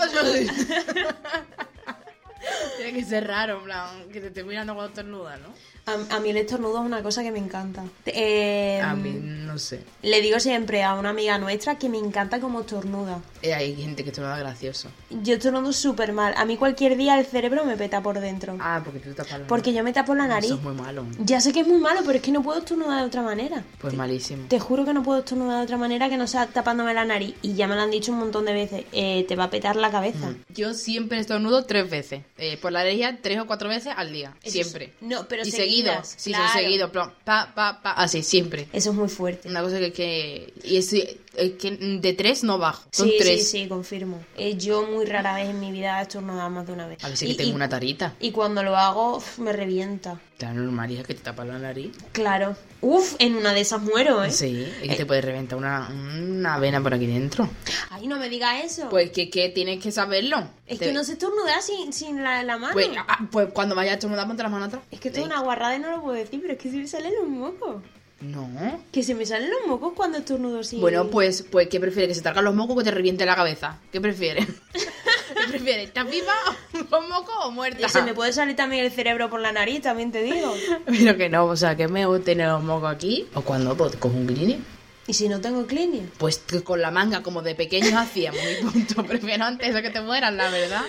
Speaker 2: Tiene que ser raro, en plan, que te esté mirando cuando estornuda, ¿no?
Speaker 3: A, a mí el estornudo es una cosa que me encanta. Eh,
Speaker 2: A mí, no sé.
Speaker 3: Le digo siempre a una amiga nuestra que me encanta como estornuda.
Speaker 2: Eh, Hay gente que estornuda gracioso.
Speaker 3: Yo estornudo súper mal. A mí cualquier día el cerebro me peta por dentro.
Speaker 2: Ah, porque tú tapas la
Speaker 3: Porque yo me tapo la nariz.
Speaker 2: Eso es muy malo.
Speaker 3: Ya sé que es muy malo, pero es que no puedo estornudar de otra manera.
Speaker 2: Pues malísimo.
Speaker 3: Te juro que no puedo estornudar de otra manera que no sea tapándome la nariz. Y ya me lo han dicho un montón de veces. eh, te va a petar la cabeza.
Speaker 2: Yo siempre estornudo tres veces. Eh, por la alergia, tres o cuatro veces al día.
Speaker 3: Eso
Speaker 2: siempre.
Speaker 3: es- no, pero
Speaker 2: Y
Speaker 3: seguidas,
Speaker 2: seguidos. Sí, son
Speaker 3: claro.
Speaker 2: seguidos. plan, Pa, pa, pa. Así, siempre.
Speaker 3: Eso es muy fuerte.
Speaker 2: Una cosa que... que y es, es que de tres no bajo. Son
Speaker 3: sí,
Speaker 2: tres.
Speaker 3: sí, sí, confirmo. Eh, yo muy rara vez en mi vida he estornudado más de una vez.
Speaker 2: A ver si
Speaker 3: Y-
Speaker 2: que tengo
Speaker 3: y-
Speaker 2: una tarita.
Speaker 3: Y cuando lo hago, uf, me revienta.
Speaker 2: Tan normal hija, que te tapas la nariz.
Speaker 3: Claro. Uf, en una de esas muero, ¿eh?
Speaker 2: Sí, es que te puede reventar una, una vena por aquí dentro.
Speaker 3: Ay, no me digas eso.
Speaker 2: Pues que, que tienes que saberlo.
Speaker 3: es
Speaker 2: Te-
Speaker 3: que no se estornuda sin, sin la, la mano.
Speaker 2: Pues, ah, pues cuando vayas a estornudar, ponte las manos atrás.
Speaker 3: es que esto es una guarrada y no lo puedo decir, pero es que se me salen los mocos.
Speaker 2: No.
Speaker 3: Que se me salen los mocos cuando estornudo sin...
Speaker 2: Bueno, pues, pues ¿qué prefieres? ¿Que se targan los mocos o que te reviente la cabeza? ¿Qué prefieres? ¿Qué prefieres? ¿Estás viva o- con mocos o muerta?
Speaker 3: Y se me puede salir también el cerebro por la nariz, también te digo.
Speaker 2: Pero que no, o sea, que me tiene los mocos aquí. O cuando pues, cojo un clinic.
Speaker 3: ¿Y si no tengo clinia?
Speaker 2: Pues que con la manga, como de pequeños hacíamos, y punto. Prefiero antes eso que te mueras, la verdad.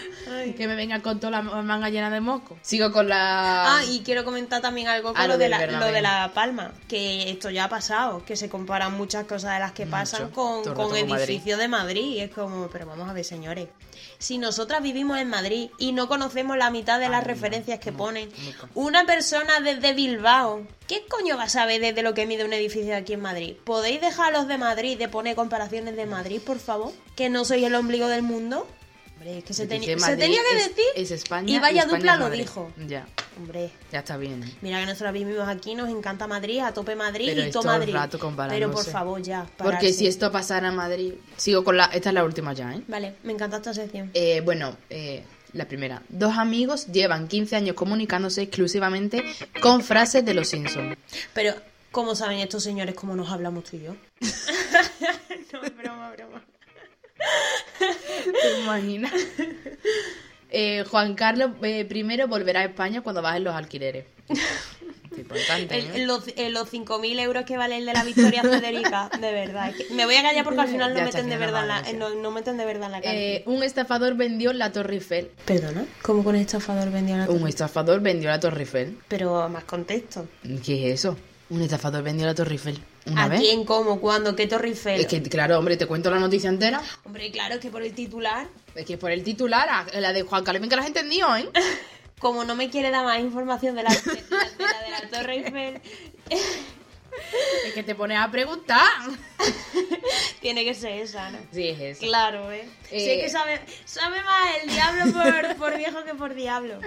Speaker 2: Que me venga con toda la manga llena de mocos. Sigo con la.
Speaker 3: Ah, y quiero comentar también algo con
Speaker 2: Ah, lo
Speaker 3: lo, de
Speaker 2: del
Speaker 3: la,
Speaker 2: Bernabéu.
Speaker 3: lo de la palma, que esto ya ha pasado, que se comparan muchas cosas de las que pasan con,
Speaker 2: Todo el
Speaker 3: con
Speaker 2: rato con
Speaker 3: edificios de Madrid. Y es como, pero vamos a ver, señores, si nosotras vivimos en Madrid y no conocemos la mitad de las referencias que ponen, una persona desde Bilbao, ¿qué coño va a saber desde lo que mide un edificio aquí en Madrid? ¿Podéis dejar a los de Madrid de poner comparaciones de Madrid, por favor? Que no sois el ombligo del mundo. Hombre, es que se,
Speaker 2: Porque
Speaker 3: teni-
Speaker 2: que
Speaker 3: se
Speaker 2: Madrid
Speaker 3: tenía que
Speaker 2: es-
Speaker 3: decir
Speaker 2: Es España.
Speaker 3: y vaya
Speaker 2: España
Speaker 3: dupla
Speaker 2: es
Speaker 3: lo
Speaker 2: Madrid.
Speaker 3: dijo.
Speaker 2: Ya,
Speaker 3: Hombre,
Speaker 2: ya está bien.
Speaker 3: Mira que nosotros vivimos aquí, nos encanta Madrid, a tope Madrid
Speaker 2: Pero
Speaker 3: y
Speaker 2: es
Speaker 3: todo
Speaker 2: todo el
Speaker 3: Madrid.
Speaker 2: rato comparándose.
Speaker 3: Pero por favor, ya.
Speaker 2: Porque
Speaker 3: pararse.
Speaker 2: si esto pasara en Madrid. Sigo con la. Esta es la última ya, ¿eh?
Speaker 3: Vale, me encanta esta sección.
Speaker 2: Eh, bueno, eh, la primera. Dos amigos llevan 15 años comunicándose exclusivamente con frases de los Simpsons.
Speaker 3: Pero, ¿cómo saben estos señores cómo nos hablamos tú y yo? no, broma, broma.
Speaker 2: ¿Te imaginas? Eh, Juan Carlos eh, I volverá a España cuando bajen los alquileres. Es importante. ¿eh?
Speaker 3: El- los eh, los 5.000 euros que vale el de la Victoria Federica, de verdad. es que me voy a callar porque al final no
Speaker 2: Ya está,
Speaker 3: meten de
Speaker 2: ya no
Speaker 3: verdad en la,
Speaker 2: vale, ya.
Speaker 3: no, no meten de verdad en la
Speaker 2: Eh,
Speaker 3: cárcel.
Speaker 2: un estafador vendió la Torre Eiffel.
Speaker 3: Perdona, ¿cómo con este estafador vendió la
Speaker 2: Un estafador vendió la Torre Eiffel.
Speaker 3: Pero más contexto.
Speaker 2: ¿Qué es eso? Un estafador vendió la Torre Eiffel. ¿Una
Speaker 3: ¿A
Speaker 2: vez?
Speaker 3: quién, cómo, cuándo, qué torrifel?
Speaker 2: Es que, claro, hombre, te cuento la noticia entera.
Speaker 3: Hombre, claro, es que por el titular,
Speaker 2: Es que por el titular, a- la de Juan Carlos, bien que la has entendido, ¿eh?
Speaker 3: como no me quiere dar más información de la de, la- de la, de la Torre Eiffel,
Speaker 2: Es que te pones a preguntar.
Speaker 3: tiene que ser esa, ¿no?
Speaker 2: Sí, es eso.
Speaker 3: Claro, ¿eh? Sí,
Speaker 2: Eh,
Speaker 3: es que sabe, sabe más el diablo por, por viejo que por diablo.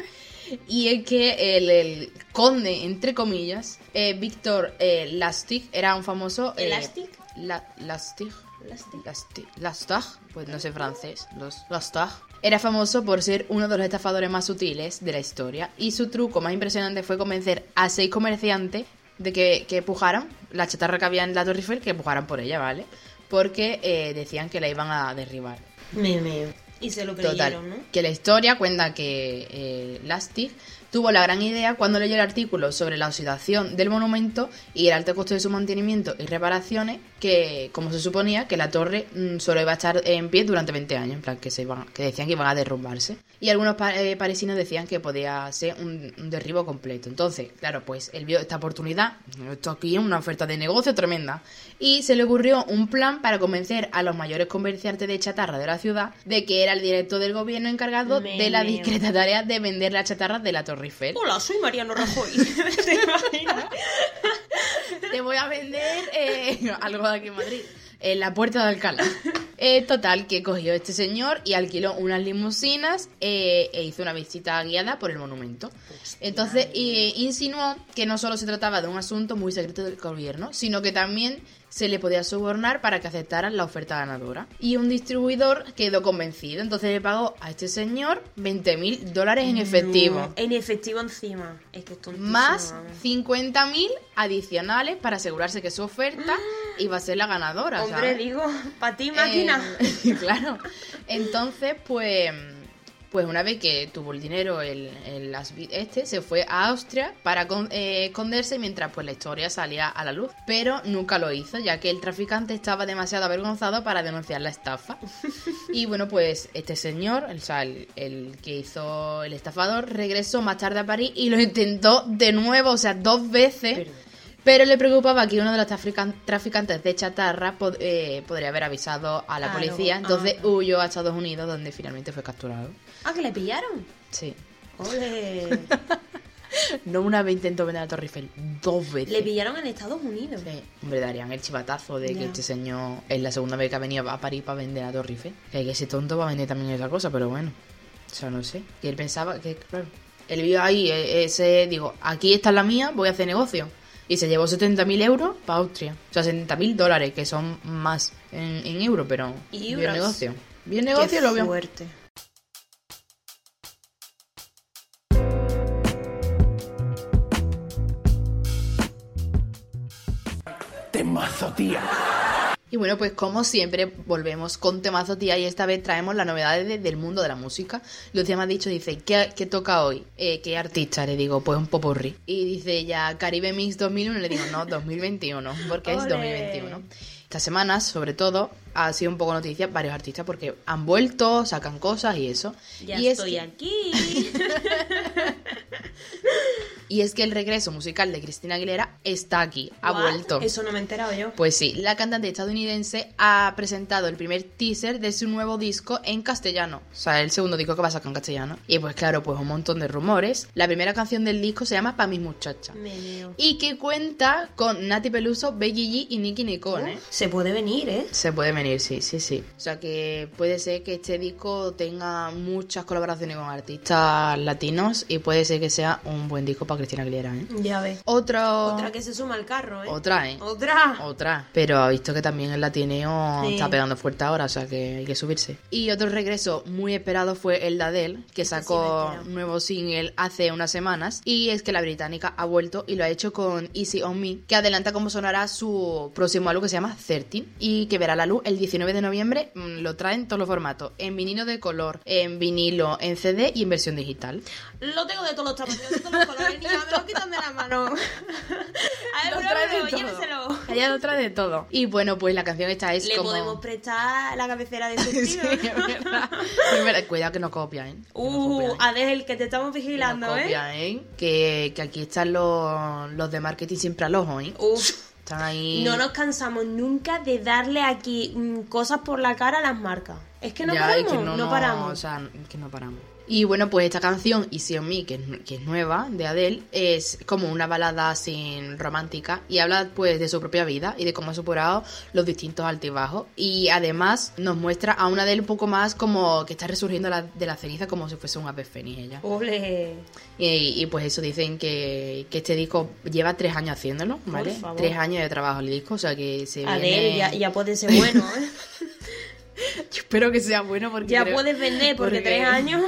Speaker 2: Y es que el, el conde, entre comillas, eh, Víctor eh, Lastig, era un famoso... eh,
Speaker 3: ¿Elastic?
Speaker 2: la- Lastig.
Speaker 3: Lastig.
Speaker 2: Lastig. Lastig, pues no sé francés, los Lastig. Era famoso por ser uno de los estafadores más sutiles de la historia y su truco más impresionante fue convencer a seis comerciantes de que, que pujaran la chatarra que había en la Torre Eiffel, que pujaran por ella, ¿vale? Porque eh, decían que la iban a derribar.
Speaker 3: Me, me. Y se lo
Speaker 2: Total,
Speaker 3: creyeron, ¿no?
Speaker 2: que la historia cuenta que eh, Lastig tuvo la gran idea cuando leyó el artículo sobre la oxidación del monumento y el alto costo de su mantenimiento y reparaciones, que como se suponía que la torre mm, solo iba a estar en pie durante 20 años, en plan que, se iban, que decían que iban a derrumbarse. Y algunos pa- eh, parisinos decían que podía ser un, un derribo completo. Entonces, claro, pues él vio esta oportunidad, esto aquí es una oferta de negocio tremenda, y se le ocurrió un plan para convencer a los mayores comerciantes de chatarra de la ciudad de que era el director del gobierno encargado
Speaker 3: Me
Speaker 2: de la
Speaker 3: meo.
Speaker 2: discreta tarea de vender la chatarra de la Torre Eiffel.
Speaker 3: Hola, soy Mariano Rajoy. ¿Te imaginas?
Speaker 2: Te voy a vender eh, algo de aquí en Madrid. En la puerta de Alcalá. Eh, total, que cogió este señor y alquiló unas limusinas eh, e hizo una visita guiada por el monumento. Entonces eh, insinuó que no solo se trataba de un asunto muy secreto del gobierno, sino que también se le podía sobornar para que aceptaran la oferta ganadora. Y un distribuidor quedó convencido, entonces le pagó a este señor 20 mil dólares en efectivo
Speaker 3: No, en efectivo encima. Es que es tontísimo.
Speaker 2: más 50.000 adicionales para asegurarse que su oferta iba a ser la ganadora.
Speaker 3: ¡Ah! Hombre,
Speaker 2: ¿sabes?
Speaker 3: digo, para ti, máquina.
Speaker 2: Eh, claro. Entonces, pues, pues una vez que tuvo el dinero el, el asbi- este, se fue a Austria para con- eh, esconderse mientras pues la historia salía a la luz. Pero nunca lo hizo, ya que el traficante estaba demasiado avergonzado para denunciar la estafa. Y bueno, pues este señor, o sea, el, el que hizo el estafador, regresó más tarde a París y lo intentó de nuevo, o sea, dos veces. Pero le preocupaba que uno de los trafican- traficantes de chatarra pod- eh, podría haber avisado a la
Speaker 3: Ah,
Speaker 2: policía.
Speaker 3: luego,
Speaker 2: Entonces
Speaker 3: ah.
Speaker 2: huyó a Estados Unidos, donde finalmente fue capturado.
Speaker 3: Ah, que le pillaron.
Speaker 2: Sí.
Speaker 3: Ole.
Speaker 2: No una vez intentó vender la Torre Eiffel, dos veces.
Speaker 3: Le pillaron en Estados Unidos.
Speaker 2: Sí. Hombre, darían el chivatazo de que
Speaker 3: Ya.
Speaker 2: este señor es la segunda vez que ha venido a París para vender la Torre Eiffel. Que hay que ser tonto para vender también esa cosa, pero bueno. O sea, no sé. Que él pensaba que, claro, él vio ahí eh, ese, digo, aquí está la mía, voy a hacer negocio. Y se llevó 70.000 euros para Austria. O sea, 70.000 dólares, que son más en, en euros, pero...
Speaker 3: Y
Speaker 2: bien
Speaker 3: euros.
Speaker 2: negocio. Bien negocio
Speaker 3: Qué
Speaker 2: lo vio.
Speaker 3: fuerte.
Speaker 7: Temazo, tía.
Speaker 2: Y bueno, pues como siempre, volvemos con temazo tía y esta vez traemos las novedades de- del mundo de la música. Lucía me ha dicho, dice, ¿qué, qué toca hoy? Eh, ¿Qué artista? Le digo, pues un popurrí. Y dice ya Caribe Mix 2001, le digo, no, 2021, porque es
Speaker 3: Ole.
Speaker 2: 2021. Esta semana, sobre todo, ha sido un poco noticia varios artistas porque han vuelto, sacan cosas y eso.
Speaker 3: Ya
Speaker 2: y es
Speaker 3: estoy
Speaker 2: que-
Speaker 3: aquí.
Speaker 2: y es que el regreso musical de Cristina Aguilera está aquí, ha
Speaker 3: What?
Speaker 2: vuelto.
Speaker 3: Eso no me he enterado yo.
Speaker 2: Pues sí, la cantante estadounidense ha presentado el primer teaser de su nuevo disco en castellano. O sea, el segundo disco que va a sacar en castellano. Y pues claro, pues un montón de rumores. La primera canción del disco se llama Pa' mis muchachas.
Speaker 3: Me leo.
Speaker 2: Y que cuenta con Nati Peluso, Becky G y Nicky Nicole. ¿eh?
Speaker 3: Se puede venir, ¿eh?
Speaker 2: Se puede venir, sí, sí, sí. O sea que puede ser que este disco tenga muchas colaboraciones con artistas latinos y puede ser que sea un buen disco para Cristina Aguilera, ¿eh?
Speaker 3: Ya ves.
Speaker 2: Otro...
Speaker 3: Otra que se suma al carro, ¿eh?
Speaker 2: Otra, ¿eh?
Speaker 3: Otra.
Speaker 2: Otra. Pero ha visto que también el latineo
Speaker 3: Sí.
Speaker 2: está pegando fuerte ahora, o sea que hay que subirse. Y otro regreso muy esperado fue el de Adele, que sacó
Speaker 3: Este me entero.
Speaker 2: nuevo single hace unas semanas. Y es que la británica ha vuelto y lo ha hecho con Easy On Me, que adelanta como sonará su próximo álbum que se llama 13 y que verá la luz el 19 de noviembre. Mm, Lo traen todos los formatos, en vinilo de color, en vinilo, en CD y en versión digital.
Speaker 3: Lo tengo de todos los tamaños, de todos los colores. Niña, me lo quitan de la mano. A ver,
Speaker 2: Lo trae
Speaker 3: pruébalo,
Speaker 2: de todo.
Speaker 3: lléveselo.
Speaker 2: Allá lo trae de todo. Y bueno, pues la canción esta es
Speaker 3: Le
Speaker 2: como...
Speaker 3: podemos prestar la cabecera de sus tíos.
Speaker 2: Sí, es verdad. Es verdad. Cuidado que no copia, ¿eh? Que no
Speaker 3: Uh,
Speaker 2: copia, ¿eh?
Speaker 3: Adel, que te estamos
Speaker 2: Que no
Speaker 3: vigilando, ¿eh?
Speaker 2: copia, ¿eh? Que, que aquí están los, los de marketing siempre al ojo, ¿eh?
Speaker 3: Uf.
Speaker 2: Están ahí.
Speaker 3: No nos cansamos nunca de darle aquí mm, cosas por la cara a las marcas. Es que no
Speaker 2: Ya, y
Speaker 3: paramos,
Speaker 2: que
Speaker 3: no,
Speaker 2: O
Speaker 3: paramos.
Speaker 2: sea, que no paramos. Y bueno, pues esta canción, Easy on Me, que es, nu- que es nueva, de Adele, es como una balada sin romántica y habla pues de su propia vida y de cómo ha superado los distintos altibajos. Y además nos muestra a una Adele un poco más como que está resurgiendo la- de la ceniza como si fuese un ave fénix ella.
Speaker 3: Ole.
Speaker 2: Y, y pues eso dicen que, que este disco lleva tres años haciéndolo, ¿vale?
Speaker 3: favor.
Speaker 2: Tres años de trabajo el disco, o sea que se
Speaker 3: Adel,
Speaker 2: viene-
Speaker 3: ya, ya puede ser bueno, ¿eh?
Speaker 2: Yo espero que sea bueno porque...
Speaker 3: Ya
Speaker 2: creo-
Speaker 3: puedes vender porque tres años.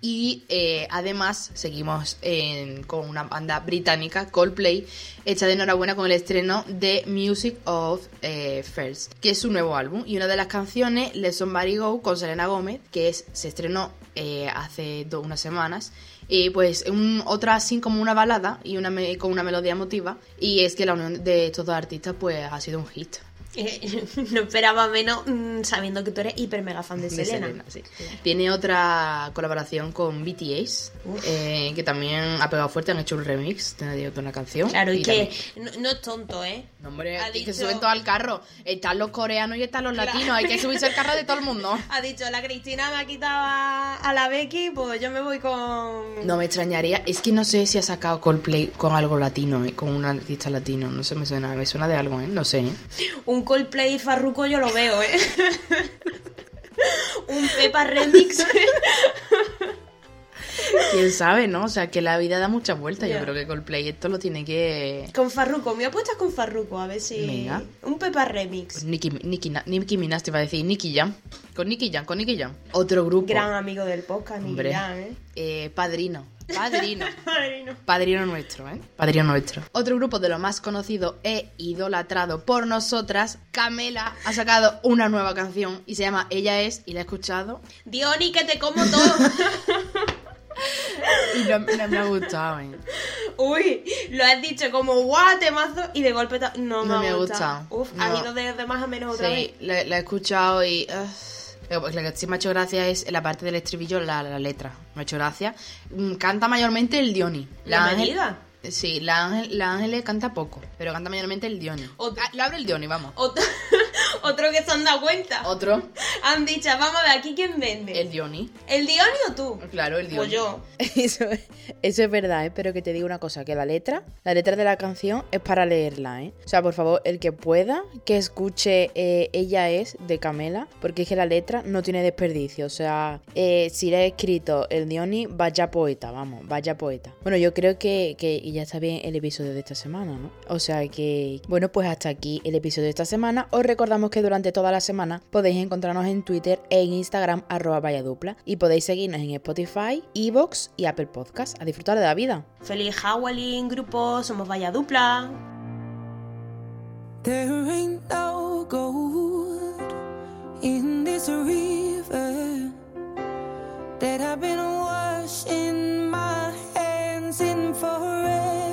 Speaker 2: Y eh, además seguimos en- con una banda británica, Coldplay, hecha de enhorabuena con el estreno de Music of eh, First, que es su nuevo álbum. Y una de las canciones, Let Somebody Go, con Selena Gómez, que es, se estrenó eh, hace do- unas semanas. Y pues un- otra así como una balada y una me- con una melodía emotiva. Y es que la unión de estos dos artistas pues ha sido un hit.
Speaker 3: Eh, no esperaba menos mm, sabiendo que tú eres hiper mega fan de,
Speaker 2: de
Speaker 3: Selena.
Speaker 2: Selena, sí. Tiene otra colaboración con BTS,
Speaker 3: Uf.
Speaker 2: eh, que también ha pegado fuerte, han hecho un remix de de una canción.
Speaker 3: Claro, y, que
Speaker 2: también-
Speaker 3: no, no es tonto, ¿eh?
Speaker 2: No, hombre,
Speaker 3: Ha
Speaker 2: aquí
Speaker 3: dicho-
Speaker 2: se suben todo al carro. Están los coreanos y están los
Speaker 3: Claro.
Speaker 2: latinos. Hay que subirse al carro de todo el mundo.
Speaker 3: Ha dicho, la Cristina me ha quitado a, a la Becky, pues yo me voy con...
Speaker 2: No me extrañaría. Es que no sé si ha sacado Coldplay con algo latino, eh, con un artista latino. No sé, me suena, me suena de algo, ¿eh? No sé. ¿eh?
Speaker 3: Un Coldplay farruco yo lo veo, ¿eh? Un Pepa Remix.
Speaker 2: Quién sabe, ¿no? O sea, que la vida da muchas vueltas.
Speaker 3: Ya.
Speaker 2: Yo creo que Coldplay esto lo tiene que.
Speaker 3: con farruco, me apuestas con farruco, a ver si...
Speaker 2: Venga.
Speaker 3: Un Pepa Remix.
Speaker 2: Pues Nicki, Nicki, Na- Nicki Minaj te iba a decir, Nicki Jam. Con Nicki Jam, con Nicki Jam. Otro grupo.
Speaker 3: Gran amigo del podcast, ni
Speaker 2: Hombre.
Speaker 3: dirán, ¿eh?
Speaker 2: Eh, padrino. Padrino.
Speaker 3: Madre, no.
Speaker 2: Padrino nuestro, ¿eh? Padrino nuestro. Otro grupo de lo más conocido e idolatrado por nosotras, Camela, ha sacado una nueva canción y se llama Ella es y la he escuchado
Speaker 3: Diony, que te como todo.
Speaker 2: y no, no me ha gustado, ¿eh?
Speaker 3: Uy, lo has dicho como guau, temazo y de golpe ta- no,
Speaker 2: No me ha gustado.
Speaker 3: Uf, ha
Speaker 2: No.
Speaker 3: ido de, de más a menos otra
Speaker 2: Sí, la, la he escuchado y... ugh. Pero, pues, lo que sí me ha hecho gracia es la parte del estribillo, la, la letra. Me ha hecho gracia. Mm, Canta mayormente el Diony.
Speaker 3: No
Speaker 2: La
Speaker 3: me
Speaker 2: Ángel-
Speaker 3: digas.
Speaker 2: Sí, la, ángel, la Ángeles canta poco, pero canta mayormente el Diony.
Speaker 3: Otra-
Speaker 2: Ah, lo abre el Diony, vamos.
Speaker 3: vez. Otro, otro que se han dado cuenta.
Speaker 2: Otro,
Speaker 3: Han dicho, vamos a ver aquí quién vende.
Speaker 2: el
Speaker 3: ¿El,
Speaker 2: Diony.
Speaker 3: Diony o tú?
Speaker 2: Claro, el
Speaker 3: O yo.
Speaker 2: Eso, eso es verdad, ¿eh? pero que te digo una cosa, que la letra, la letra de la canción es para leerla, ¿eh? O sea, por favor, el que pueda, que escuche eh, Ella es de Camela, porque es que la letra no tiene desperdicio, o sea, eh, si le he escrito el Diony, vaya poeta, vamos, vaya poeta. Bueno, yo creo que, que y ya está bien el episodio de esta semana, ¿no? O sea que, bueno, pues hasta aquí el episodio de esta semana. Os recordamos que durante toda la semana podéis encontrarnos en Twitter e en Instagram arroba valladupla y podéis seguirnos en Spotify, Evox y Apple Podcast. A disfrutar de la vida.
Speaker 3: Feliz Howling, grupo, somos Vaya Dupla.
Speaker 8: There ain't no gold in this river that I've been washing my hands in forever.